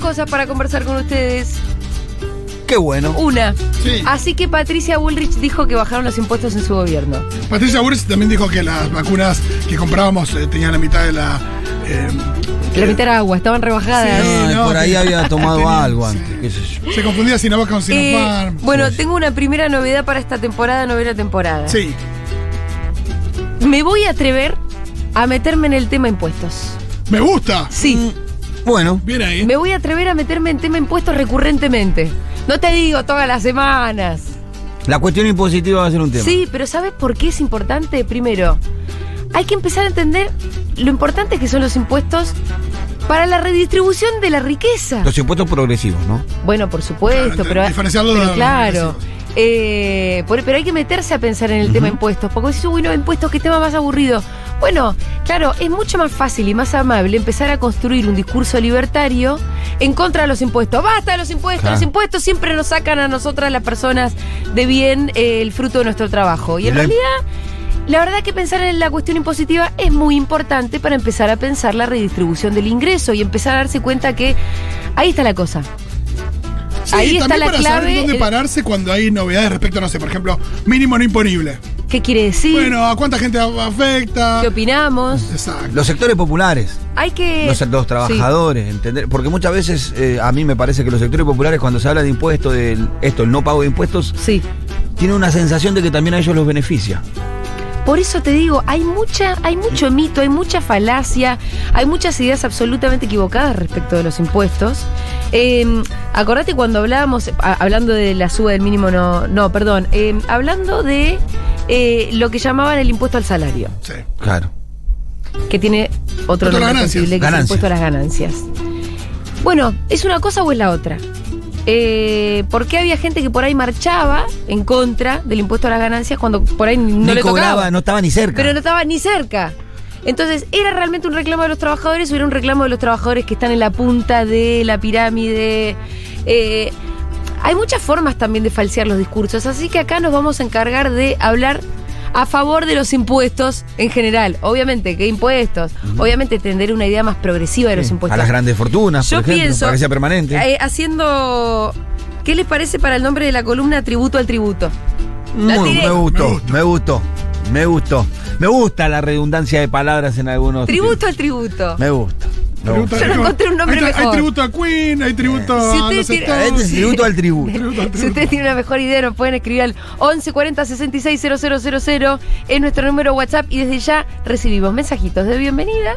cosas para conversar con ustedes. Qué bueno. Una. Sí. Así que Patricia Bullrich dijo que bajaron los impuestos en su gobierno. Patricia Bullrich también dijo que las vacunas que comprábamos eh, tenían la mitad de la. eh, La mitad era agua, estaban rebajadas. Sí, Ay, no, por ahí que- había tomado tenía- algo sí. antes, qué sé yo. Se confundía Sinovac con Eh, Sinopharm. bueno, tengo una primera novedad para esta temporada, novena temporada. Sí. Me voy a atrever a meterme en el tema impuestos. Me gusta. Mm, Sí. Bueno, Bien ahí. Me voy a atrever a meterme en tema impuestos recurrentemente. No te digo todas las semanas. la cuestión impositiva va a ser un tema. Sí, pero ¿sabes por qué es importante? Primero, hay que empezar a entender lo importante que son los impuestos para la redistribución de la riqueza. Los impuestos progresivos, ¿no? Bueno, por supuesto, Claro, pero, diferenciarlo de pero los claro. beneficios. Eh, por- pero hay que meterse a pensar en el tema impuestos, porque decís, uy, no, impuestos, qué tema más aburrido. Bueno, claro, es mucho más fácil y más amable empezar a construir un discurso libertario en contra de los impuestos. Basta de los impuestos, Claro. los impuestos siempre nos sacan a nosotras las personas de bien eh, el fruto de nuestro trabajo. Y en Y la- realidad, la verdad que pensar en la cuestión impositiva es muy importante para empezar a pensar la redistribución del ingreso y empezar a darse cuenta que ahí está la cosa. Sí, ahí está también la para clave, saber dónde el- pararse cuando hay novedades respecto, no sé, por ejemplo, mínimo no imponible. ¿Qué quiere decir? Bueno, ¿a cuánta gente a- afecta? ¿Qué opinamos? Exacto. Los sectores populares. Hay que. Los, los trabajadores, ¿entender? Porque muchas veces eh, a mí me parece que los sectores populares cuando se habla de impuestos, de esto, el no pago de impuestos, Sí. Sí. tienen una sensación de que también a ellos los beneficia. Por eso te digo, hay mucha, hay mucho mito, hay mucha falacia, hay muchas ideas absolutamente equivocadas respecto de los impuestos. Eh, acordate cuando hablábamos, a- hablando de la suba del mínimo, no, no, perdón, eh, hablando de eh, lo que llamaban el impuesto al salario, Sí. Claro. que tiene otro Impuesto a las nombre ganancias. posible, que es el Ganancias. impuesto a las ganancias. Bueno, ¿es una cosa o es la otra? Eh, ¿Por qué había gente que por ahí marchaba en contra del impuesto a las ganancias cuando por ahí no No le cobraba, tocaba? no estaba ni cerca. pero no estaba ni cerca. Entonces, ¿era realmente un reclamo de los trabajadores o era un reclamo de los trabajadores que están en la punta de la pirámide? Eh, hay muchas formas también de falsear los discursos, así que acá nos vamos a encargar de hablar a favor de los impuestos en general. Obviamente, ¿qué impuestos? Obviamente, tener una idea más progresiva de los Sí, impuestos. A las grandes fortunas, Yo por ejemplo, pienso, para que sea permanente. Eh, haciendo. ¿Qué les parece para el nombre de la columna Tributo al Tributo? la Muy- tiré. me Me gustó, gusta. me gustó, me gustó. Me gusta la redundancia de palabras en algunos. Tributo al Tributo. Me gusta. me Tributo gusta. a- Yo no encontré un nombre hay, tra- mejor. Hay tributo a Queen, hay tributo Si ustedes a los tienen- sectores. Este es tributo al tributo. Tributo al Si tributo. ustedes tienen una mejor idea, nos pueden escribir al 1140 660000 en nuestro número WhatsApp y desde ya recibimos mensajitos de bienvenida,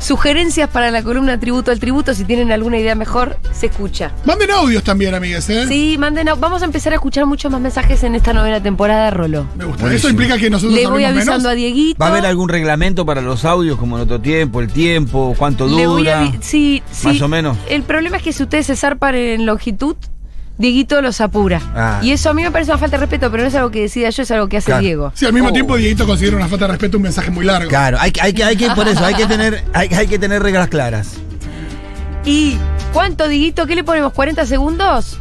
sugerencias para la columna Tributo al Tributo. Si tienen alguna idea mejor, se escucha. Manden audios también, amigues, ¿eh? Sí, manden. a- Vamos a empezar a escuchar muchos más mensajes en esta novena temporada, Rolo. Me gusta. Eso Buenísimo. implica que nosotros Le voy hablemos avisando a menos. Dieguito. ¿Va a haber algún reglamento para los audios, como en otro tiempo, el tiempo, cuánto Le voy dura? avi- sí, Más sí. o menos. El problema es que si ustedes se zarpan en longitud, Dieguito los apura. Ah. Y eso a mí me parece una falta de respeto, pero no es algo que decida yo, es algo que hace Claro. Diego. Sí, al mismo Oh. tiempo Dieguito considera una falta de respeto un mensaje muy largo. Claro, hay, que- hay que, hay que, por eso, hay que tener, hay, hay que tener reglas claras. ¿Y cuánto, Diguito? ¿Qué le ponemos? ¿40 segundos?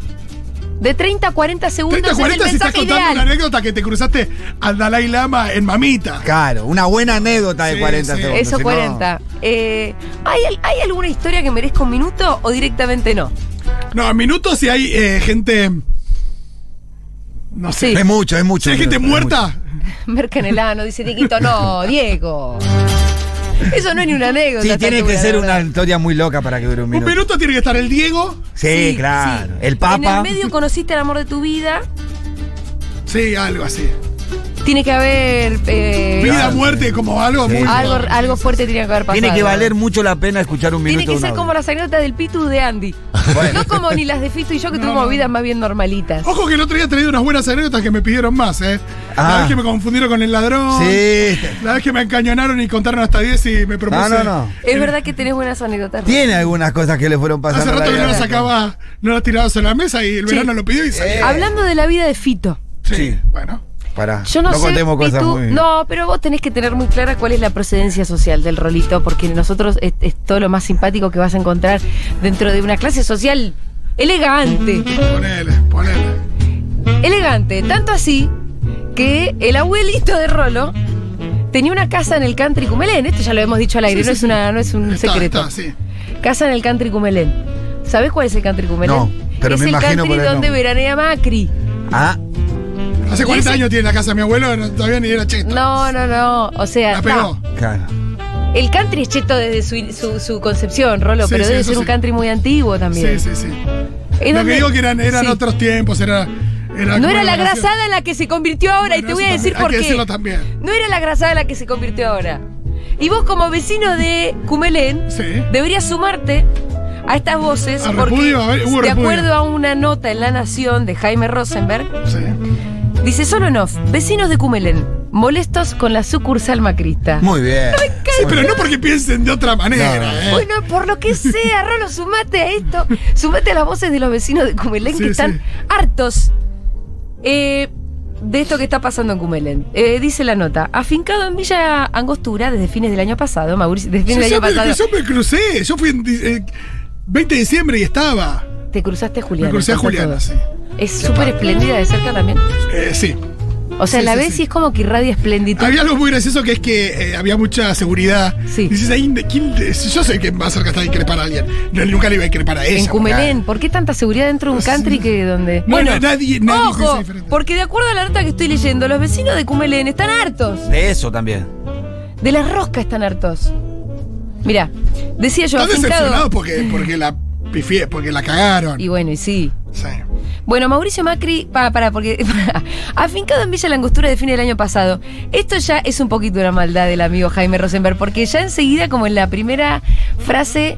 De 30 a 40 segundos 30, es 40 si el estás mensaje contando una ideal. anécdota que te cruzaste al Dalai Lama en mamita. Claro, una buena anécdota de Sí, 40 sí. segundos. Eso, si no- 40. Eh, ¿hay, al- ¿Hay alguna historia que merezca un minuto o directamente no? No, en minutos si hay eh, gente. No sé. Sí. Es mucho, es mucho. Si hay gente es mucho. muerta. Mercanelano dice Dieguito, no, Diego. Eso no es ni una anécdota. Sí, tiene que Tatura, ser la una verdad. historia muy loca para que dure un Un minuto. minuto tiene que estar el Diego. Sí, Sí, claro. sí. El En el Papa. medio conociste el amor de tu vida. Sí, algo así. Tiene que haber. eh, Vida, Claro, muerte, como algo Sí. muy. algo, algo fuerte tiene que haber pasado. Tiene que valer mucho la pena escuchar un minuto. Tiene que de un ser audio. como las anécdotas del Pitu de Andy. Bueno. No como ni las de Fito y yo que No, tuvimos no. Oh. vidas más bien normalitas. Ojo que el otro día he traído unas buenas anécdotas que me pidieron más, ¿eh? La Ah. vez que me confundieron con el ladrón. Sí. La vez que me encañonaron y contaron hasta 10 y me propuse. No, no, no. Es verdad que tenés buenas anécdotas. Tiene algunas cosas que le fueron pasando. Hace a la rato que vida. no las sacaba, no las tiraba sobre la mesa y el Sí. verano lo pidió y salió. Eh. Hablando de la vida de Fito. sí. sí. Bueno. Pará. Yo no, sé. contemos cosas Pitu, muy. No, pero vos tenés que tener muy clara cuál es la procedencia social del rolito, porque nosotros es, es todo lo más simpático que vas a encontrar dentro de una clase social elegante. Ponele, ponele. Elegante. Tanto así que el abuelito de Rolo. Tenía una casa en el country Cumelén, esto ya lo hemos dicho al aire, Sí, no, sí, es una, no es un Está, secreto. está, sí. Casa en el country Cumelén. ¿Sabés cuál es el country Cumelén? No, pero es me el imagino country por el donde nombre. veranea Macri. Ah, Hace 40 años tiene la casa de mi abuelo, no- todavía ni era cheto. No, no, no. O sea, La pegó. no. claro. el country es cheto desde su, su- su concepción, Rolo, Sí, pero sí, debe eso ser un sí. country muy antiguo Sí, también. sí, sí. Es Lo donde- que digo que eran, eran sí. otros tiempos, era. era No como era la nación. grasada en la que se convirtió ahora, y Bueno, te voy a eso decir también, por Hay que qué. decirlo también. No era la grasada la que se convirtió ahora. Y vos, como vecino de Cumelén, Sí. deberías sumarte a estas voces. Al porque, repudio, a ver, hubo de repudio. acuerdo a una nota en La Nación de Jaime Rosenberg, Sí. dice solo en off: vecinos de Cumelén, molestos con la sucursal macrista. Muy bien. Sí, pero no porque piensen de otra manera. No. ¿eh? Bueno, por lo que sea, Rolo, sumate a esto. Sumate a las voces de los vecinos de Cumelén Sí, que están sí. hartos eh, de esto que está pasando en Cumelén. Eh, dice la nota, afincado en Villa Angostura desde fines del año pasado, Mauricio, desde Yo, fines del año siempre- pasado. yo me crucé, yo fui en di- eh, 20 de diciembre y estaba. Te cruzaste a Juliana. me crucé a pasa Juliana, todo. sí. Es súper espléndida de cerca también. Eh, sí. O sea, Sí, la sí, ves sí. y es como que irradia esplénditud. Había algo muy gracioso que es que eh, había mucha seguridad. Sí. Dices, ahí, ¿de quién le- yo sé que más cerca está a increpar a alguien. No, nunca le iba a increpar a ella. En Cumelén, ¿por qué tanta seguridad dentro de un country que donde.? No, no, nadie- nadie piensa ojo, diferente. porque de acuerdo a la nota que estoy leyendo, los vecinos de Cumelén están hartos. De eso también. De las roscas están hartos. Mirá, decía yo, Están decepcionados afincado. porque, porque la pifié, porque la cagaron. Y bueno, y sí. Sí. Bueno, Mauricio Macri, para, para, porque. afincado en Villa Langostura de fin del año pasado. Esto ya es un poquito una maldad del amigo Jaime Rosenberg, porque ya enseguida, como en la primera frase,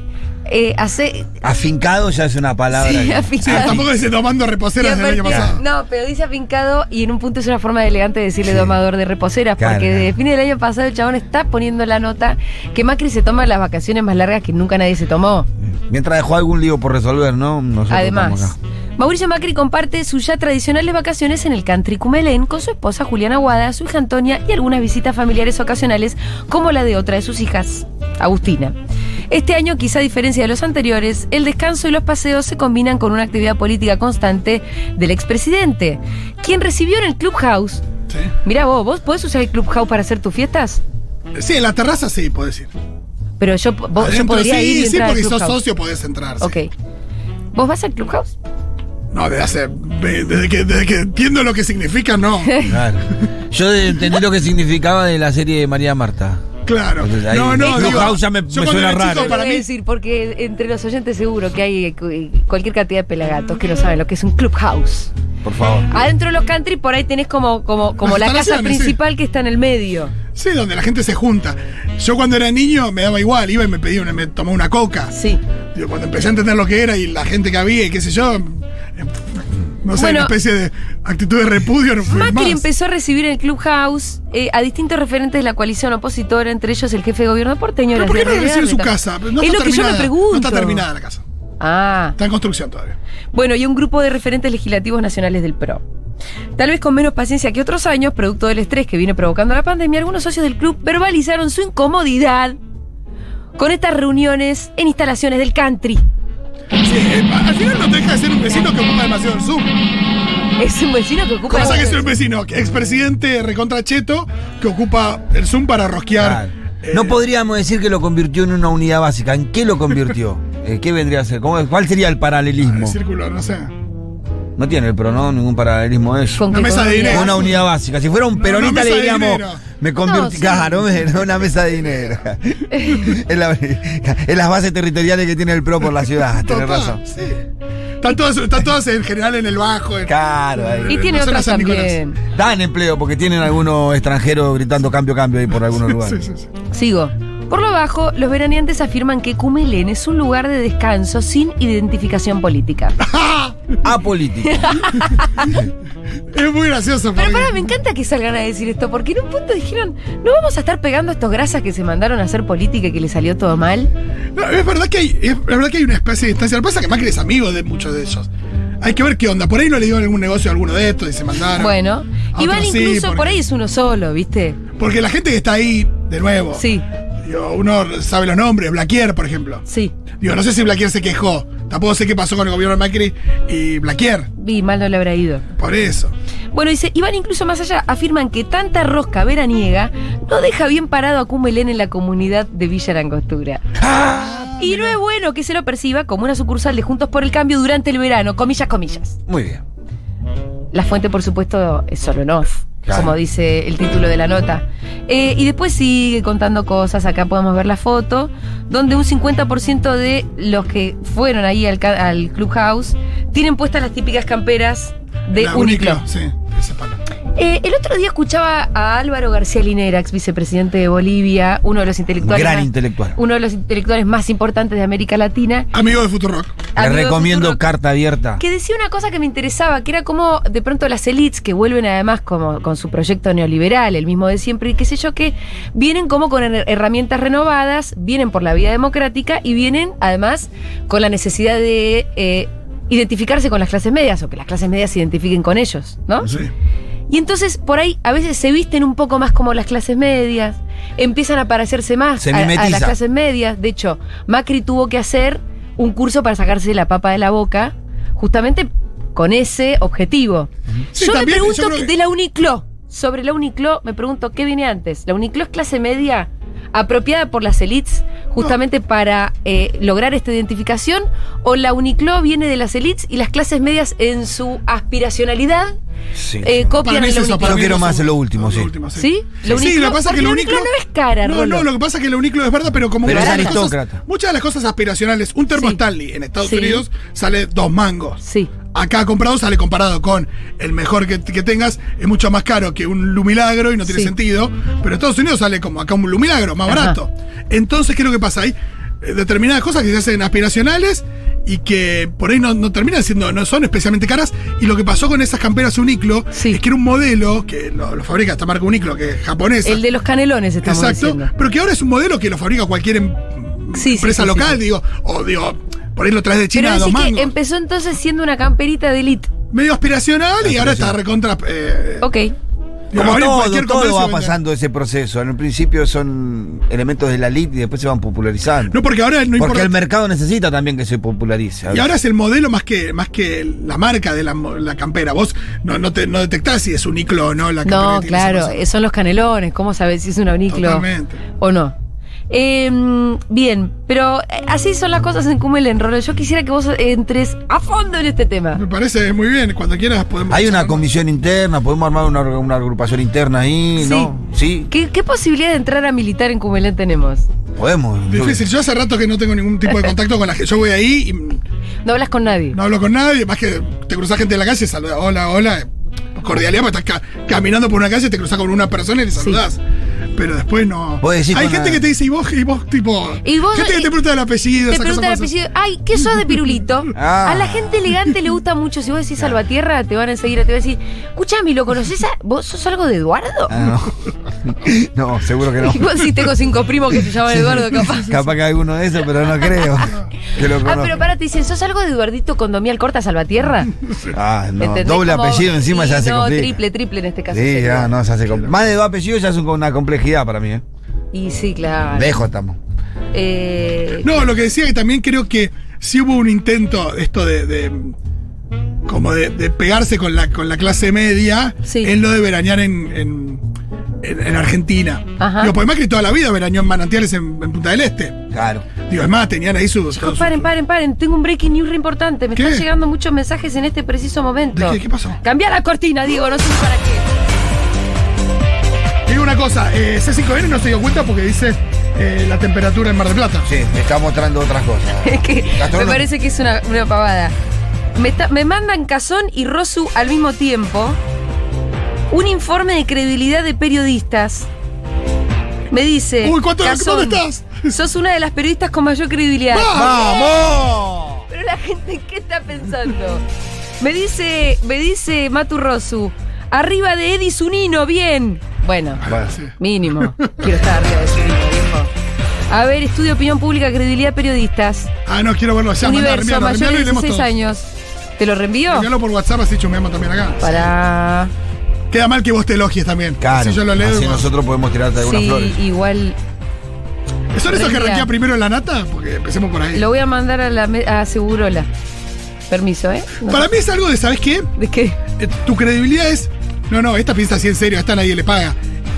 eh, hace. Afincado ya es una palabra. Sí, que- Sí, afincado. Ah, tampoco dice tomando reposeras del año Y aparte- pasado. No, pero dice afincado y en un punto es una forma elegante de decirle Sí. domador de reposeras, Claro, porque claro. desde fin del año pasado el chabón está poniendo la nota que Macri se toma las vacaciones más largas que nunca nadie se tomó. Mientras dejó algún lío por resolver, ¿no? Nosotros estamos Además, acá. Mauricio Macri comparte sus ya tradicionales vacaciones en el country Cumelén con su esposa Juliana Guada, su hija Antonia y algunas visitas familiares ocasionales como la de otra de sus hijas, Agustina. Este año, quizá a diferencia de los anteriores, el descanso y los paseos se combinan con una actividad política constante del expresidente, quien recibió en el Clubhouse. Sí. Mirá vos, ¿vos podés usar el Clubhouse para hacer tus fiestas? Sí, en la terraza sí, puedo decir. Pero yo, vos- Oh, yo Adentro podría sí, ir y sí, entrar al porque sos Clubhouse. socio podés entrar. sí. Ok. ¿Vos vas al Clubhouse? No, desde hace. ve- Desde que, desde que entiendo lo que significa, no. Claro. Yo entendí lo que significaba de la serie de María Marta. Claro. Entonces, ahí- No, no, No, digo, House ya me- yo me cuando suena era chico, raro. para Yo mí, voy a decir, porque entre los oyentes seguro que hay eh, cualquier cantidad de pelagatos que no saben lo que es un clubhouse. Por favor. Adentro de los country por ahí tenés como, como, como Las la casa instalaciones, principal que está en el medio. sí, donde la gente se junta. Yo cuando era niño me daba igual, iba y me pedía una, me tomaba una coca. Sí. Digo, cuando empecé a entender lo que era y la gente que había y qué sé yo. eh, No sé, Bueno. una especie de actitud de repudio. No fui más. Macri empezó a recibir en el Clubhouse eh, a distintos referentes de la coalición opositora, entre ellos el jefe de gobierno porteño. ¿Pero por qué no Horacio lo recibe en su Larreta. casa? No es está lo que yo me terminada, pregunto. No está terminada la casa. Ah. Está en construcción todavía. Bueno, y un grupo de referentes legislativos nacionales del PRO. Tal vez con menos paciencia que otros años, producto del estrés que viene provocando la pandemia, algunos socios del club verbalizaron su incomodidad con estas reuniones en instalaciones del country. Sí, eh, al final no deja de ser un vecino que ocupa demasiado el Zoom. Es un vecino que ocupa... Cosa que es un vecino, que expresidente recontracheto, que ocupa el Zoom para rosquear. Claro. eh, No podríamos decir que lo convirtió en una unidad básica. ¿En qué lo convirtió? Eh, ¿Qué vendría a ser? ¿Cómo- ¿Cuál sería el el paralelismo? círculo, no sé. No tiene el prono, ningún paralelismo es. Con Una que mesa de economía- dinero. Una unidad básica. Si fuera un No, peronista una mesa le de diríamos, dinero. me No, convirtió. sí. Claro, era una mesa de dinero. es, la- es las bases territoriales que tiene el PRO por la ciudad, tenés Total, razón. sí. Están todas, están todas en general en el bajo. en- Claro, ahí. Y tiene No son otras las San Nicolás. también. Dan empleo porque tienen algunos extranjeros gritando cambio, cambio ahí por algunos Sí, lugares. sí, sí. Sigo. Por lo bajo, los veraneantes afirman que Cumelén es un lugar de descanso sin identificación política. ¡Ah! Apolítico. Es muy gracioso. Pero porque- pará, me encanta que salgan a decir esto, porque en un punto dijeron, no vamos a estar pegando a estos grasas que se mandaron a hacer política y que les salió todo mal. No, es, verdad que hay, es verdad que hay una especie de distancia. Lo que pasa es que Macri es amigo de muchos de ellos. Hay que ver qué onda. Por ahí no le dio algún negocio a alguno de estos y se mandaron. Bueno, A y van otros sí, incluso, por porque- ahí es uno solo, ¿viste? Porque la gente que está ahí, de nuevo. Sí, digo, uno sabe los nombres. Blaquier, por ejemplo. sí. Digo, no sé si Blaquier se quejó. Tampoco sé qué pasó con el gobierno de Macri y Blaquier. Vi, mal no le habrá ido. Por eso. Bueno, dice, y van incluso más allá, afirman que tanta rosca Ah, veraniega no deja bien parado a Cumelén en la comunidad de Villa Langostura. Y no es bueno que se lo perciba como una sucursal de Juntos por el Cambio durante el verano, comillas, comillas. Muy bien. La fuente, por supuesto, es solo North, Claro. como dice el título de la nota. Eh, y después sigue contando cosas, acá podemos ver la foto, donde un 50% de los que fueron ahí al, ca- al clubhouse tienen puestas las típicas camperas de La Uniqlo. Uniqlo, sí, ese palo. Eh, el otro día escuchaba a Álvaro García Linera, ex vicepresidente de Bolivia, uno de los intelectuales, Gran más- intelectual. uno de los intelectuales más importantes de América Latina. Amigo de Futurock. Le amigo de recomiendo Futuro, carta abierta. que decía una cosa que me interesaba, que era como de pronto las elites que vuelven además como con su proyecto neoliberal, el mismo de siempre y qué sé yo, que vienen como con her- herramientas renovadas, vienen por la vía democrática y vienen además con la necesidad de eh, identificarse con las clases medias o que las clases medias se identifiquen con ellos, ¿no? Sí. Y entonces por ahí a veces se visten un poco más como las clases medias, empiezan a parecerse más Se a, a mimetiza. las clases medias. De hecho, Macri tuvo que hacer un curso para sacarse la papa de la boca, justamente con ese objetivo. Sí, yo también, me yo pregunto creo que- de la Uniclo, sobre la Uniclo, me pregunto qué viene antes. ¿La Uniclo es clase media apropiada por las elites justamente para eh, lograr esta identificación? ¿O la Uniclo viene de las elites y las clases medias en su aspiracionalidad? Sí. eh, copia- Para mí es Lo eso, único. para Yo mí quiero es lo más segundo. lo último, sí. ¿Sí? Lo Lo sí, único- lo que pasa es que porque lo lo único único no es cara, No, Rolo. no, lo que pasa es que lo único es verdad, pero como Pero muchas es de las aristócrata. cosas- muchas de las cosas aspiracionales, un termo Sí. Stanley en Estados Sí. Unidos sale dos mangos. Sí. Acá comprado sale comparado con el mejor que, que tengas, es mucho más caro que un Lumilagro y no tiene Sí. sentido, pero en Estados Unidos sale como acá un Lumilagro, más Ajá. barato. Entonces, ¿qué es lo que pasa? Hay eh, determinadas cosas que se hacen aspiracionales y que por ahí no, no terminan siendo, no son especialmente caras. Y lo que pasó con esas camperas Uniclo Sí. es que era un modelo que lo, lo fabrica esta marca Uniclo, que es japonesa. El de los canelones, estamos Exacto, diciendo. pero que ahora es un modelo que lo fabrica cualquier em- Sí, sí, empresa sí, local, sí, sí. digo, o digo, por ahí lo traes de Pero China a así dos que mangos. empezó entonces siendo una camperita de elite. Medio aspiracional y ahora está recontra. eh, Ok. digo, Como ahora en todo, cualquier todo comercio va venden. pasando ese proceso. En el principio son elementos de la elite y después se van popularizando. No, porque ahora no Porque importa. el mercado necesita también que se popularice. Y ahora es el modelo más que, más que la marca de la, mo- la campera. Vos no, no, te, no detectás si es un iclo o no la campera. No, que tiene esa claro, cosa. eh, son los canelones. ¿Cómo sabes si es un uniclo Totalmente. o no? Eh, bien, pero eh, así son las cosas en Cumelén, Rolo. Yo quisiera que vos entres a fondo en este tema. Me parece muy bien. Cuando quieras podemos. Hay una charlar. comisión interna, podemos armar una, una agrupación interna ahí, Sí. ¿no? Sí, ¿Qué, qué posibilidad de entrar a militar en Cumelén tenemos? podemos. Difícil. Yo hace rato que no tengo ningún tipo de contacto con la gente. Yo voy ahí y mm, No hablas con nadie. No hablo con nadie, más que te cruzas gente en la calle, saluda, hola, hola. Cordialidad, porque estás ca- caminando por una calle, te cruzas con una persona y le saludás. Pero después no. Vos decís Hay con gente la- que te dice, y vos, y vos, tipo. Y vos- gente que y- te pregunta el apellido, Te esas preguntan cosas el como esas. apellido, ay, ¿qué sos de pirulito? Ah. A la gente elegante le gusta mucho. Si vos decís Salvatierra, te van a enseguida, te van a decir, escuchame, ¿lo conocés? a- ¿Vos sos algo de Eduardo? Ah, no. no, seguro que no. Y vos sí tengo cinco primos que se llaman Eduardo, capaz. Capaz que hay uno de esos, pero no creo. Que lo Ah, conozco. pero para, te dicen, ¿sos algo de Eduardito Condomial Corta Salvatierra? Ah, no, ¿Entendés? doble Como- apellido encima y ya se No, complica. triple, triple en este caso. Sí, sería. ya, no, se hace compl- Más de dos apellidos ya es un- una complejidad para mí, ¿eh? Y sí, claro. Lejos estamos. Eh, No, lo que decía que también creo que sí hubo un intento esto de. de, como de, de pegarse con la, con la clase media Sí. en lo de veranear en, en, en- en Argentina. Ajá. Digo, porque Macri toda la vida veraneó en manantiales en, en Punta del Este. Claro. Digo, es más, tenían ahí sus. chicos, sus- paren, paren, paren. Tengo un breaking news re importante. Me ¿Qué? están llegando muchos mensajes en este preciso momento. ¿De qué? ¿Qué pasó? Cambia la cortina, Diego, no sé para qué. Te digo una cosa, eh, C5N no se dio cuenta porque dice eh, la temperatura en Mar del Plata. Sí, me está mostrando otras cosas. Es que me Gastrónomo. parece que es una, una pavada. Me, está- me mandan Cazón y Rosu al mismo tiempo un informe de credibilidad de periodistas. Me dice. Uy, ¿cuánto- Cazón, ¿dónde estás? Sos una de las periodistas con mayor credibilidad. ¡Vamos! Pero la gente, ¿qué está pensando? Me dice, me dice Matu Rosu, arriba de Eddie Zunino, bien. Bueno, Bueno, Ah, Sí. mínimo. Quiero estar arriba de Zunino, viejo. A ver, estudio opinión pública, credibilidad periodistas. Ah, no, quiero verlo allá. mandá, Universo, reenvialo, mayor reenvialo de y leemos 16 todo. años. ¿Te lo reenvío? Reenvialo por WhatsApp, así chumeamos también acá. Para. Queda mal que vos te elogies también. claro. Si yo lo leo. así vos- nosotros podemos tirarte algunas Sí, flores. igual. ¿Son esos que Reenvía. arranquea primero en la nata? Porque empecemos por ahí. Lo voy a mandar a la me- a Segurola. Permiso, ¿eh? No. Para mí es algo de, ¿sabes qué? ¿De qué? Eh, tu credibilidad es. No, no, esta piensa así en serio, esta nadie le paga.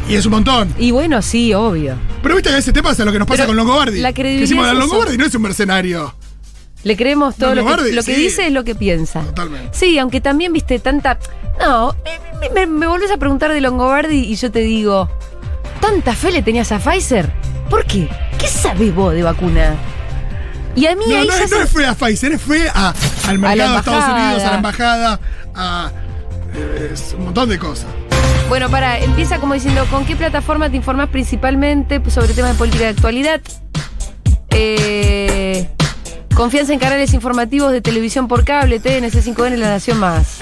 Y es un montón. Y bueno, sí, obvio. Pero viste que a veces te pasa lo que nos pasa Pero con Longobardi. la credibilidad Que decimos, es eso. Longobardi no es un mercenario. Le creemos todo No, lo, Longobardi, que, lo que sí. dice es lo que piensa. Totalmente. Sí, aunque también viste tanta. No, me, me- me volvés a preguntar de Longobardi y yo te digo: ¿tanta fe le tenías a Pfizer? ¿Por qué? ¿Qué sabés vos de vacuna? Y a mí No, ahí no, ya es, se- no es fe a Pfizer, es fe a- al mercado de Estados embajada. Unidos, a la embajada, a eh, es un montón de cosas. Bueno, para, empieza como diciendo, ¿con qué plataforma te informás principalmente sobre temas de política de actualidad? Eh, confianza en canales informativos de televisión por cable, TNC 5N, La Nación Más.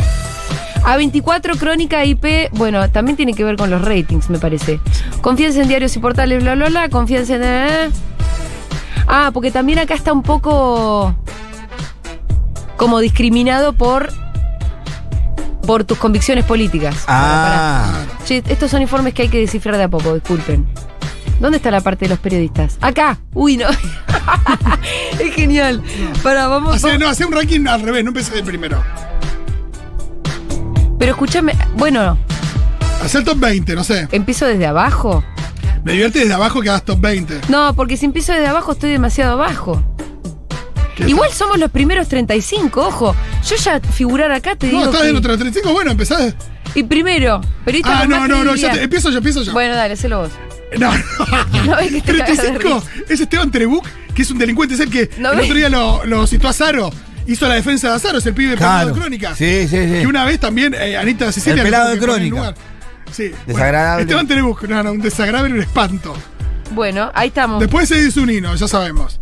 A24, Crónica, IP, bueno, también tiene que ver con los ratings, me parece. Confianza en diarios y portales, bla, bla, bla, confianza en... eh, eh. Ah, porque también acá está un poco como discriminado por, por tus convicciones políticas. Pará, pará. Ah, Che, estos son informes que hay que descifrar de a poco, disculpen. ¿Dónde está la parte de los periodistas? Acá. Uy, no. es genial. Para, vamos. Hace, vamos. no, hace un ranking al revés, no empecé de primero. Pero escúchame. Bueno, Hace el top 20, no sé. ¿empiezo desde abajo? Me divierte desde abajo que hagas top 20. No, porque si empiezo desde abajo estoy demasiado abajo. ¿Qué Igual somos los primeros 35, ojo. Yo ya figurar acá te No, digo. estás que- en otro 35, bueno, empezás. Y primero, periodista. Ah, con no, más no, no, ya credibilidad. te- empiezo yo, empiezo yo. Bueno, dale, hacelo vos. No, No, es que te cagas de 35 es Esteban Trebuch, que es un delincuente, es el que No el me- otro día lo, lo citó a Zaro. Hizo la defensa de Azaro, es el pibe pelado claro. de Crónica. Sí, sí, sí. Que una vez también eh, Anita Cecilia. El pelado le tuvo de que poner en Crónica. lugar. Sí. bueno, Desagradable. Esteban Trebuch, no, no, un desagradable y un espanto. Bueno, ahí estamos. Después Edith Zunino, ya sabemos.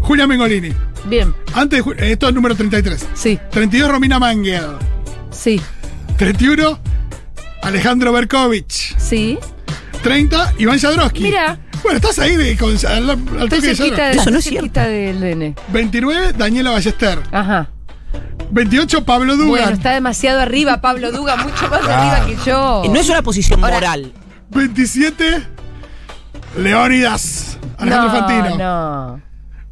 Julia Mengolini. Bien, Antes de Ju- eh, esto es número 33. sí, 32 Romina Mangel. sí, 31 Alejandro Berkovich. sí. 30 Iván Jadrowski. Mirá. Bueno, estás ahí de, con, al, al Estoy toque cerquita, de Jadrowski. de, Eso no es estoy cerquita del nene. 29 Daniela Ballester. Ajá. 28 Pablo Dugan. Bueno, está demasiado arriba Pablo Duga, mucho más Claro. arriba que yo. Eh, No es una posición Ahora- moral. 27 Leónidas. Alejandro No, Fantino. No.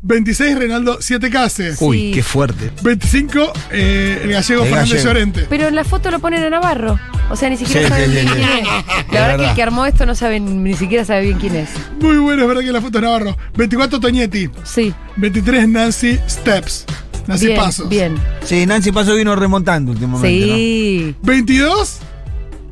26 Reinaldo Siete Cases. Uy, sí. qué fuerte. 25 eh, el gallego El Fernández gallego. Llorente. Pero en la foto lo ponen a Navarro. O sea, ni siquiera Sí, saben sí, sí, bien sí. quién es. Es La verdad que verdad. el que armó esto no sabe ni siquiera sabe bien quién es. Muy bueno, es verdad que la foto es Navarro. 24 Toñetti. Sí. 23 Nancy Steps. Nancy bien, Pasos. bien. Sí, Nancy Paso vino remontando últimamente. Sí. 22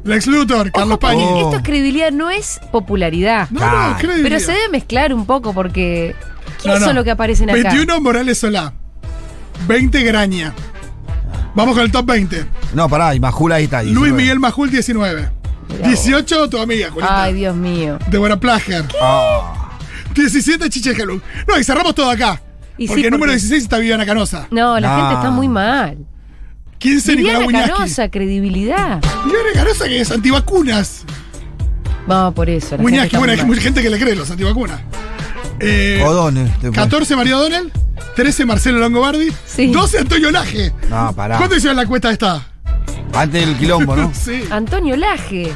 Lex Luthor, Carlos Ojo, porque Pañi. Oh. Esto es credibilidad, no es popularidad. No, no, Claro. creo Pero se debe mezclar un poco porque. No, ¿Quiénes no. son los que aparecen acá? 21 Morales Solá. 20 Graña. Vamos con el top 20. ¿no? No, pará, y Majula ahí está. Luis 19. Miguel Majul, 19. Mirá 18, tu amiga, Julieta. Ay, Dios mío. Débora Plager. Ah, 17, Chiche Gelug. No, y cerramos todo acá. Y sí, porque el número porque- 16 está Viviana Canosa. No, la No. gente está muy mal. 15, Viviana Nicolás Buñaski. Canosa, credibilidad. Viviana Canosa, que es antivacunas. Vamos por eso. la gente Buñaski, está bueno, muy hay mal. mucha gente que le cree los antivacunas. Eh, O'Donnell. después. 14 María O'Donnell, 13 Marcelo Longobardi, Sí. 12 Antonio Laje. No, pará. ¿Cuánto hicieron la cuesta esta? Antes del quilombo, ¿no? Sí. Antonio Laje,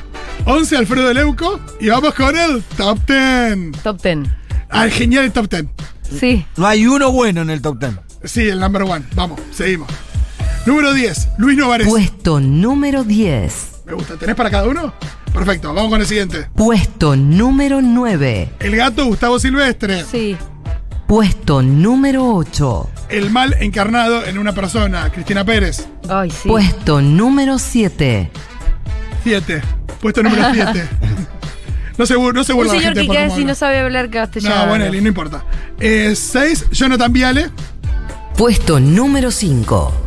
11 Alfredo Leuco y vamos con el top 10. top ten. Ah, genial el top 10. Sí. No hay uno bueno en el top ten. Sí, el number one. Vamos, seguimos. Número 10, Luis Novares. Puesto número 10. Me gusta. ¿Tenés para cada uno? Perfecto, vamos con el siguiente. Puesto número 9. El gato Gustavo Silvestre. Sí. Puesto número 8. El mal encarnado en una persona, Cristina Pérez. Ay, sí. Puesto número 7. 7. Puesto número 7. No se, bu- no se Un burla la señor gente que por cómo casi no habla. sabe hablar castellano. No, bueno, Eli, no importa. 6, Jonathan Viale, Puesto número 5.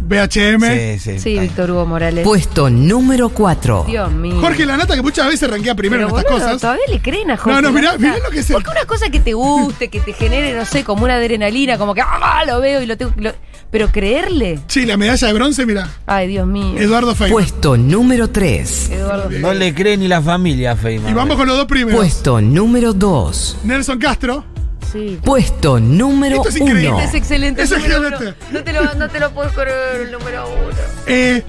BHM. Sí, sí. Sí, está bien. Víctor Hugo Morales. Puesto número 4. Dios mío. Jorge Lanata, que muchas veces ranquea primero Pero, en estas boludo, cosas. Todavía le creen a Jorge. No, no, mirá, Lanata. mirá lo que es el- Porque una cosa que te guste, que te genere, no sé, como una adrenalina, como que ah, lo veo y lo tengo. lo- Pero creerle. Sí, la medalla de bronce, mira. Ay, Dios mío. Eduardo Feynman. pues. Puesto número 3. Eduardo. No le cree ni la familia, Feynman. Y vamos con los dos primeros. Pues. Puesto número 2. Nelson Castro. Sí. Puesto número Esto es increíble. 1. Es excelente. Eso es número uno. gigante. No te lo, no te lo puedo correr el número uno. Eh,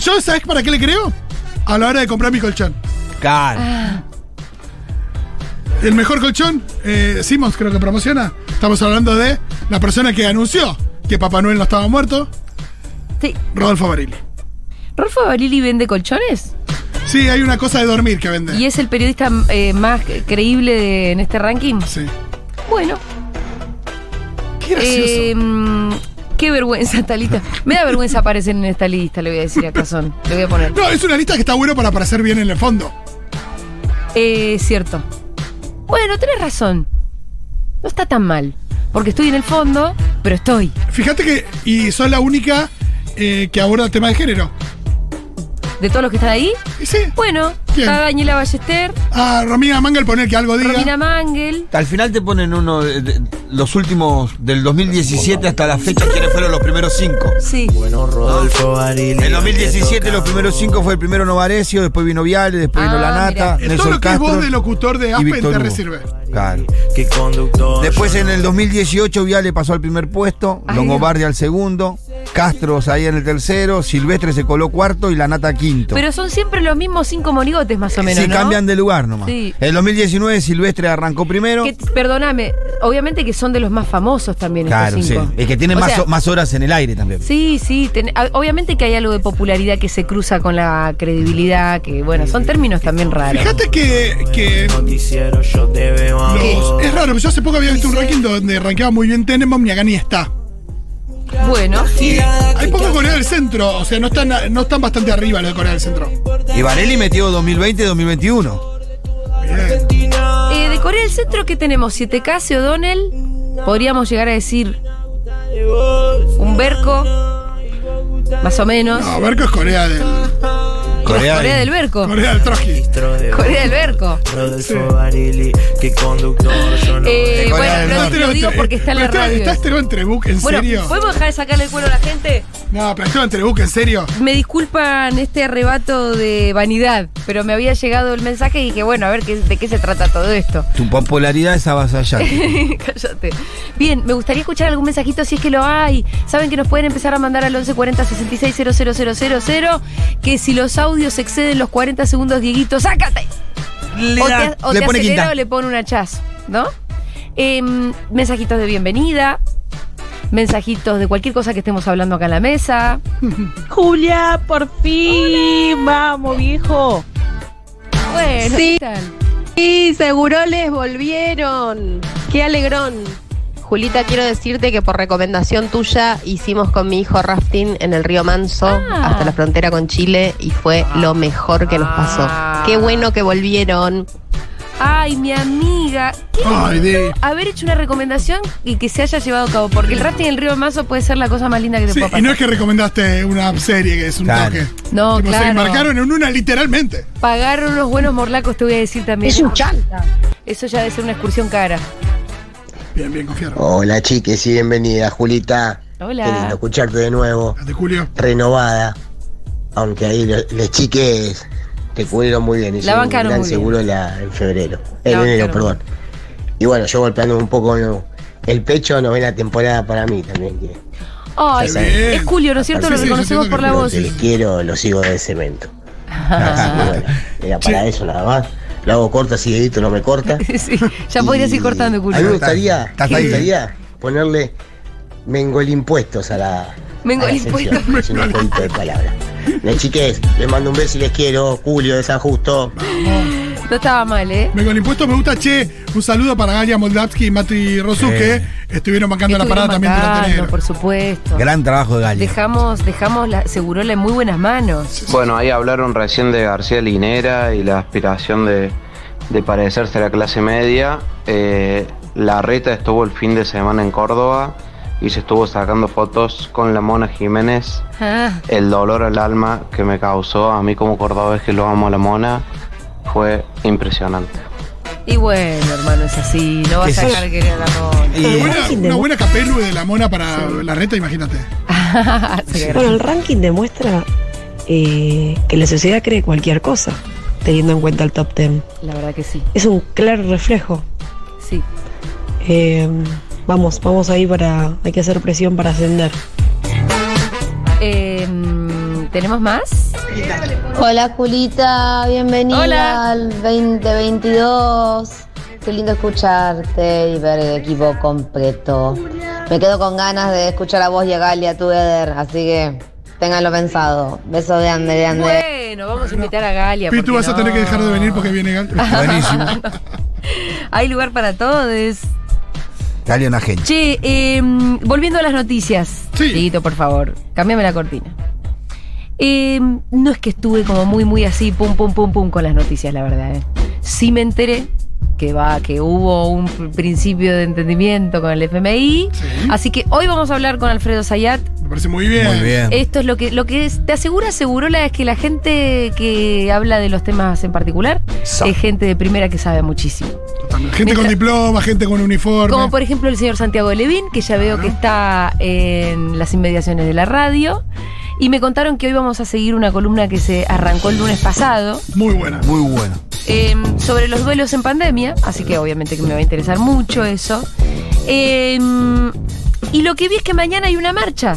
¿Yo sabes para qué le creo? A la hora de comprar mi colchón. Claro. El mejor colchón, eh, Simons creo que promociona. Estamos hablando de la persona que anunció que Papá Noel no estaba muerto, Sí. Rodolfo Barilli. ¿Rolfo Balili vende colchones? Sí, hay una cosa de dormir que vende. ¿Y es el periodista eh, más creíble de- en este ranking? Sí. Bueno. Qué gracioso. Eh, mm, qué vergüenza, Talita. Me da vergüenza aparecer en esta lista, le voy a decir a Cazón. Le voy a poner. No, es una lista que está bueno para aparecer bien en el fondo. Eh, cierto. Bueno, tenés razón. No está tan mal. Porque estoy en el fondo, pero estoy. Fíjate que. Y sos la única eh, que aborda el tema de género. De todos los que están ahí. Y sí. Bueno, ¿Quién? está Daniela Ballester, A Romina Manga al poner que algo diga. Eh, Romina Mangel. Al final te ponen uno de- de- los últimos del 2017 hasta la fecha, ¿quiénes fueron los primeros cinco? Sí. Rodolfo Barili. En 2017 los primeros cinco fue el primero Novarecio, después vino Viales, después vino Ah, Lanata, Eh, Todo Nelson lo que es Castro voz de locutor de y Aspen Víctor te Hugo. resirve. Claro. Que conductor. Después en el 2018 Viale pasó al primer puesto, Ay, Longobardi al segundo, Castro ahí en el tercero, Silvestre se coló cuarto y Lanata quinto. Pero son siempre los mismos cinco monigotes, más o menos. si ¿no? cambian de lugar nomás. Sí. En el 2019 Silvestre arrancó primero. Que, perdóname, obviamente que son de los más famosos también Claro, estos sí. cinco. Es que tiene O más, sea, o- más horas en el aire también. Sí, sí, ten- a- obviamente que hay algo de popularidad que se cruza con la credibilidad, que bueno, son términos también raros. Fíjate que. que Noticiero, yo te veo a vos. los- es raro, yo hace poco había visto un ranking donde rankeaba muy bien Tenenbaum ni acá ni está. Bueno, Hay poco Corea del Centro, o sea, no están, no están bastante arriba los de Corea del Centro. Y Varelli metió 2020-2021. Bien. eh, de Corea del Centro, ¿qué tenemos? 7K, O'Donnell, podríamos llegar a decir un Berco, más o menos. No, Berco es Corea del. Corea, del Berco. Corea del Trotsky. Ministro de Corea del Berco. Rodolfo Barili. Que conductor, yo no. Eh, De Corea bueno, del lo- Norte. lo, digo porque está en la este Pero radio. ¿Está Esteban Trebuch en Bueno, serio? ¿podemos dejar de sacarle el cuero a la gente? No, pero este Esteban Trebuch en serio. Me disculpan este arrebato de vanidad, pero me había llegado el mensaje y dije, bueno, a ver qué- de qué se trata todo esto. Tu popularidad es avasallante. Cállate. Bien, me gustaría escuchar algún mensajito si es que lo hay. Saben que nos pueden empezar a mandar al 1140 000 que si los audios exceden los 40 segundos, Dieguito, ¡sácate! Le O te, da- o le te pone acelera quinta. o le pone un hachazo, ¿no? Em, mensajitos de bienvenida, mensajitos de cualquier cosa que estemos hablando acá en la mesa. Julia, por fin. Vamos, viejo. Bueno, Sí. ¿qué tal? Sí, seguro les volvieron. Qué alegrón. Julita, quiero decirte que por recomendación tuya hicimos con mi hijo rafting en el río Manso Ah. hasta la frontera con Chile y fue lo mejor que nos pasó. Ah. Qué bueno que volvieron. Ay, mi amiga. ¿Qué Ay, de. haber hecho una recomendación y que se haya llevado a cabo. Porque el rafting en el río Mazo puede ser la cosa más linda que te Sí, pueda y pasar. no es que recomendaste una serie que es un Claro. toque. No, Tipo, claro. Se embarcaron en una literalmente. Pagar unos buenos morlacos, te voy a decir también. chanta. Eso ya debe ser una excursión cara. Bien, bien, confiaron. Hola chiques y bienvenida Julita. Qué lindo Hola. escucharte de nuevo, Las de Julio. renovada. Aunque ahí lo- los chiques te cubrieron muy bien. hicieron un bancaron gran muy bien. seguro la- en febrero. Eh, En La enero, bancaron. perdón. Y bueno, yo golpeando un poco el- el pecho, novena temporada para mí también. Que, Ay, Sí, es Julio, ¿no es cierto? sí, Lo sí, reconocemos yo por la entiendo voz. que les quiero, lo sigo de cemento. Así que bueno, era para eso nada más. Lo hago corta, si Edito no me corta. Sí, ya podrías ir Y cortando, A mí me Julio. gustaría, Está me ahí. gustaría ponerle mengolimpuestos a la. Mengolimpuestos. a la sección. Es un jueguito de palabras. Les chiques, les mando un beso y les quiero. Julio de San Justo. No estaba mal, ¿eh? Me con impuestos me gusta, che. Un saludo para Galia Moldavsky y Mati Rosu Sí. que estuvieron bancando la Estuvieron parada también durante bancando, enero. por supuesto. Gran trabajo de Galia. Dejamos, dejamos la Segurola en muy buenas manos. Bueno, ahí hablaron recién de García Linera y la aspiración de, de parecerse a la clase media. Eh, la reta estuvo el fin de semana en Córdoba y se estuvo sacando fotos con la Mona Jiménez. Ah, El dolor al alma que me causó a mí como cordobés que lo amo a la Mona fue impresionante. y bueno, hermano, es así. No vas a Eso es- dejar que querer la Y- Una buena, una buena capelu de la mona para la reta, imagínate. mona. Se agarra. Bueno, el ranking demuestra eh, que la sociedad cree cualquier cosa, teniendo en cuenta el top 10. La verdad que sí. Es un claro reflejo. Sí. Eh, vamos, vamos ahí para. Hay que hacer presión para ascender. Eh, mm, ¿Tenemos más? Hola Julita, bienvenida Hola. al 2022. Qué lindo escucharte y ver el equipo completo. Me quedo con ganas de escuchar a vos y a Galia Together, así que Ténganlo pensado. Beso de Ande, de Ande. Bueno, vamos a invitar a Galia. Pitu, ¿por qué vas a tener no? que dejar de venir porque viene Gal. Buenísimo. Hay lugar para todos. Dale una gente. Che, eh, volviendo a las noticias. Sí. por favor. Cámbiame la cortina. Eh, no es que estuve como muy, muy así, pum, pum, pum, pum, con las noticias, la verdad. eh. Sí me enteré que va, que hubo un pr- principio de entendimiento con el FMI. Así que hoy vamos a hablar con Alfredo Zayat. Me parece muy bien. Muy bien. Esto es lo que, lo que es- te asegura, Segurola, es que la gente que habla de los temas en particular Sa- es gente de primera que sabe muchísimo. Gente con Mientras- diploma, gente con uniforme. Como por ejemplo el señor Santiago Levín, que ya veo que está en las inmediaciones de la radio. Y me contaron que hoy vamos a seguir una columna que se arrancó el lunes pasado Muy buena. Muy bueno. eh, sobre los duelos en pandemia, así que obviamente que me va a interesar mucho eso. Eh, y lo que vi es que mañana hay una marcha.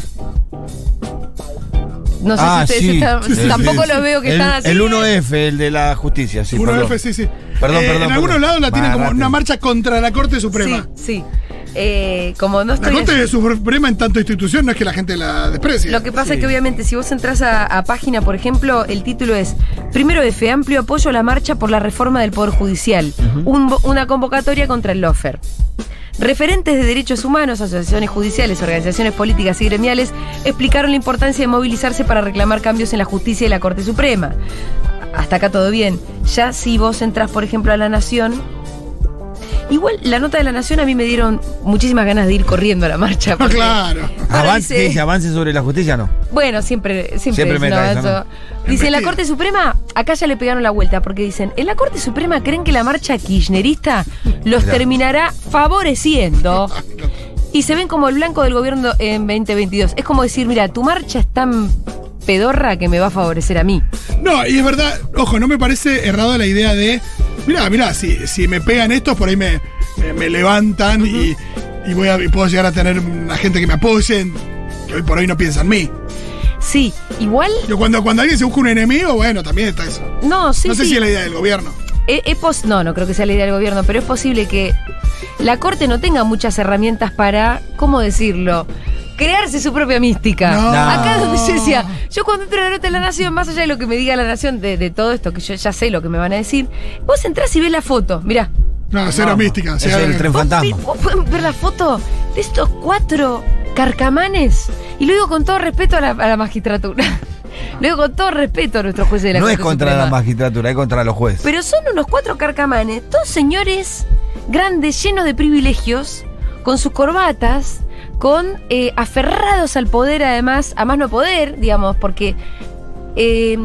No sé Ah, si ustedes sí. están- Sí, sí, tampoco sí. lo veo que El- están así. El 1F, el de la justicia, sí. 1F, perdón. sí, sí. Perdón, Eh, perdón. En algunos perdón. lados la tienen como Barrate. una marcha contra la Corte Suprema. Sí, sí. Eh, como no La estoy. Corte Suprema en tanto institución no es que la gente la desprecie. Lo que pasa es que obviamente si vos entras a, a página, por ejemplo, el título es Primero F, amplio apoyo a la marcha por la reforma del Poder Judicial. Un vo- una convocatoria contra el lofer. Referentes de derechos humanos, asociaciones judiciales, organizaciones políticas y gremiales explicaron la importancia de movilizarse para reclamar cambios en la justicia y la Corte Suprema. Hasta acá todo bien. Ya si vos entras, por ejemplo, a La Nación, igual la nota de La Nación a mí me dieron muchísimas ganas de ir corriendo a la marcha. porque- Ah, claro. Ahora Avance, dice- ¿qué dice? avance sobre la justicia, no. bueno, siempre, siempre, Siempre es me un traes, avanzo. ¿no? Dice, en la Corte Suprema, acá ya le pegaron la vuelta, porque dicen, en la Corte Suprema creen que la marcha kirchnerista los Claro. terminará favoreciendo. Y se ven como el blanco del gobierno en 2022. Es como decir, mira, tu marcha es tan pedorra que me va a favorecer a mí. No, y es verdad, ojo, no me parece errado la idea de. Mirá, mirá, si, si me pegan estos, por ahí me, me- me levantan y- y, voy a, y puedo llegar a tener una gente que me apoye, que hoy por hoy no piensa en mí. Sí, igual, Yo cuando, cuando alguien se busca un enemigo, bueno, también está eso. no, sí, no sé sí. si es la idea del gobierno. Eh, es pos- no, no creo que sea la idea del gobierno, pero es posible que la Corte no tenga muchas herramientas para, ¿cómo decirlo? Crearse su propia mística. No. Acá donde yo decía, yo cuando entro a la nota de la Nación, más allá de lo que me diga la Nación de, de todo esto, que yo ya sé lo que me van a decir, vos entrás y ves la foto, mirá. No, cero Vamos. mística. Es cero- el tren Vos fantasma. vi- vos pueden ver la foto de estos cuatro carcamanes. Y lo digo con todo respeto a la, a la magistratura. lo digo con todo respeto a nuestros jueces de la No es Corte contra Suprema. la magistratura, es contra los jueces. Pero son unos cuatro carcamanes, todos señores grandes, llenos de privilegios, con sus corbatas, con eh, aferrados al poder además, a más no poder, digamos, porque eh,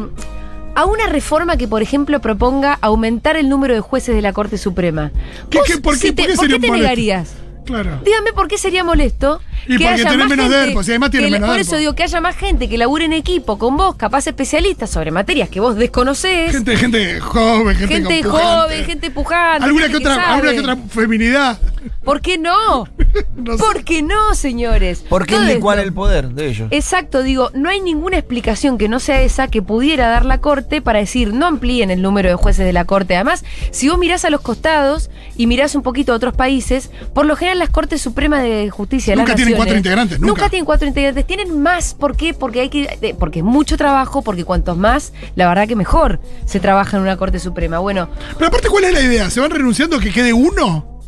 a una reforma que, por ejemplo, proponga aumentar el número de jueces de la Corte Suprema. ¿Qué- Vos, qué- por qué- si te, por qué sería te molesto? negarías? Claro. Dígame por qué sería molesto. Y porque haya tenés más menos gente derpos, y además tenés que la- menos Por derpos. eso digo que haya más gente que labure en equipo con vos, capaz especialista sobre materias que vos desconocés. Gente, gente joven, gente, Gente con- joven, gente pujante. Alguna que, gente otra, sabe. alguna que otra feminidad. ¿Por qué no? No sé. ¿Por qué no, señores? ¿Por qué Todo licuar esto- el poder de ellos? Exacto, digo, no hay ninguna explicación que no sea esa que pudiera dar la Corte para decir no amplíen el número de jueces de la Corte. Además, si vos mirás a los costados y mirás un poquito a otros países, por lo general las Cortes Supremas de Justicia de las Nunca tienen naciones cuatro integrantes, nunca. tienen cuatro integrantes, tienen más. ¿Por qué? Porque hay que, de- porque es mucho trabajo, porque cuantos más, la verdad que mejor se trabaja en una Corte Suprema. Bueno, Pero aparte, ¿cuál es la idea? ¿Se van renunciando a que quede uno?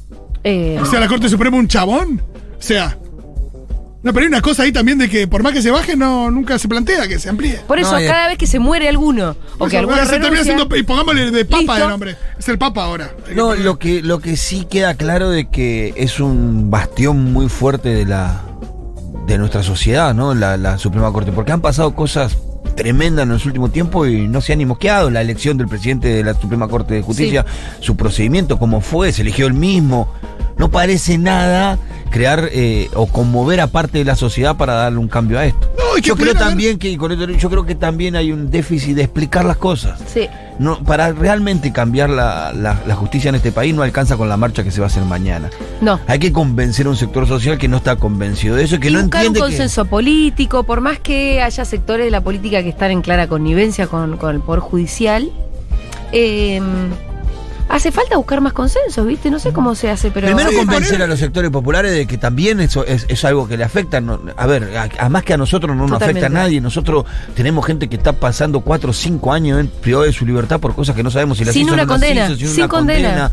eh, O sea, la Corte Suprema un chabón. O sea. No, pero hay una cosa ahí también de que por más que se baje, no, nunca se plantea que se amplíe. Por eso, No, y- cada vez que se muere alguno, o que Eso, alguno bueno, se termina renuncia, siendo- y pongámosle de papa Listo. de nombre. Es el papa ahora. No, lo que, lo que sí queda claro de que es un bastión muy fuerte de la de nuestra sociedad, ¿no? La, la Suprema Corte, porque han pasado cosas tremendas en los últimos tiempos y no se han ni mosqueado. La elección del presidente de la Suprema Corte de Justicia, su procedimiento, cómo fue, se eligió el mismo. No parece nada crear eh, o conmover a parte de la sociedad para darle un cambio a esto. No, y que yo creo pudiera haber- también que y con esto- yo creo que también hay un déficit de explicar las cosas. Sí. No, para realmente cambiar la, la- la justicia en este país no alcanza con la marcha que se va a hacer mañana. No. Hay que convencer a un sector social que no está convencido de eso, y que y no buscar un entiende que... consenso político, por más que haya sectores de la política que están en clara connivencia con, con el Poder Judicial, eh, hace falta buscar más consensos, ¿viste? No sé cómo se hace, pero. Primero convencer a los sectores populares de que también eso es, es algo que le afecta. no- a ver, a- además que a nosotros no nos Totalmente. afecta a nadie. Nosotros tenemos gente que está pasando cuatro o cinco años en privado de su libertad por cosas que no sabemos si las Sin hizo o una no las condena, hizo, sin condena.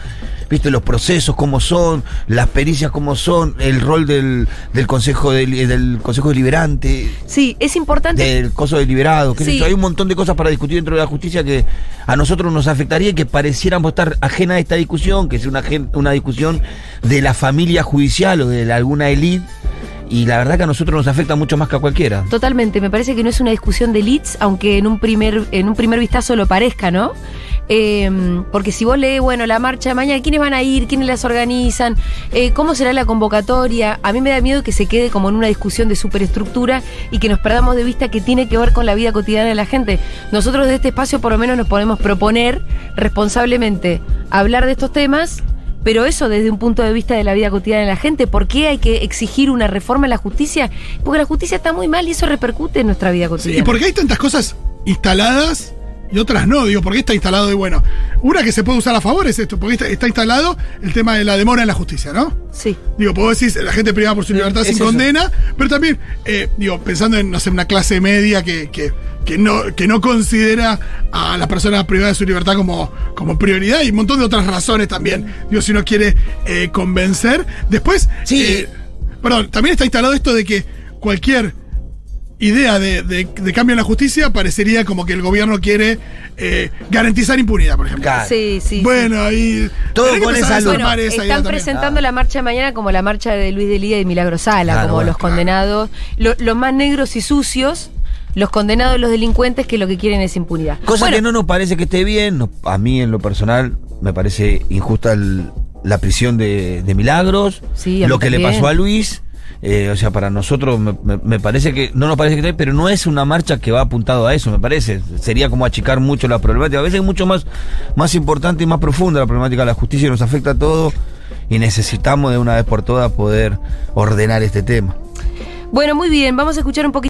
Viste, los procesos cómo son, las pericias cómo son, el rol del, del consejo del, del consejo deliberante, Sí, es importante. del coso deliberado. qué sé Sí. yo. Hay un montón de cosas para discutir dentro de la justicia que a nosotros nos afectaría y que pareciéramos estar ajena a esta discusión, que es una, gen- una discusión de la familia judicial o de la- alguna elite. Y la verdad que a nosotros nos afecta mucho más que a cualquiera. Totalmente, me parece que no es una discusión de leads, aunque en un primer, en un primer vistazo lo parezca, ¿no? Eh, porque si vos lees, bueno, la marcha de mañana, ¿quiénes van a ir? ¿Quiénes las organizan? Eh, ¿Cómo será la convocatoria? A mí me da miedo que se quede como en una discusión de superestructura y que nos perdamos de vista que tiene que ver con la vida cotidiana de la gente. Nosotros de este espacio por lo menos nos podemos proponer responsablemente hablar de estos temas pero eso desde un punto de vista de la vida cotidiana de la gente, ¿por qué hay que exigir una reforma en la justicia? Porque la justicia está muy mal y eso repercute en nuestra vida cotidiana. ¿Y por qué hay tantas cosas instaladas y otras no? Digo, ¿por qué está instalado y bueno? Una que se puede usar a favor es esto, porque está, está instalado el tema de la demora en la justicia, ¿no? Sí. Digo, puedo decir la gente privada por su libertad es sin eso. condena, pero también, eh, digo, pensando en, no sé, una clase media que, que, que no, que no considera a las personas privadas de su libertad como, como prioridad y un montón de otras razones también. Digo, si uno quiere eh, convencer. Después, eh, perdón, también está instalado esto de que cualquier idea de, de- de cambio en la justicia parecería como que el gobierno quiere eh, garantizar impunidad, por ejemplo. Claro. Sí, sí. Ah, Bueno, ahí. Todo tenés que con empezar a esa luz. desarmar esa idea Están también. presentando la marcha de mañana como la marcha de Luis de Lía y Milagro Sala, Claro, como bueno, los claro. condenados, lo- los más negros y sucios, los condenados, los delincuentes que lo que quieren es impunidad. Cosa Bueno, que no nos parece que esté bien. no- a mí, en lo personal, me parece injusta el- la prisión de, de Milagros. Sí, a mí lo que le también. pasó a Luis. eh, o sea, para nosotros me, me- me parece que no nos parece que esté, pero no es una marcha que va apuntado a eso, me parece. Sería como achicar mucho la problemática. A veces es mucho más, más importante y más profunda la problemática de la justicia y nos afecta a todos. Y necesitamos de una vez por todas poder ordenar este tema. bueno, muy bien, vamos a escuchar un poquito.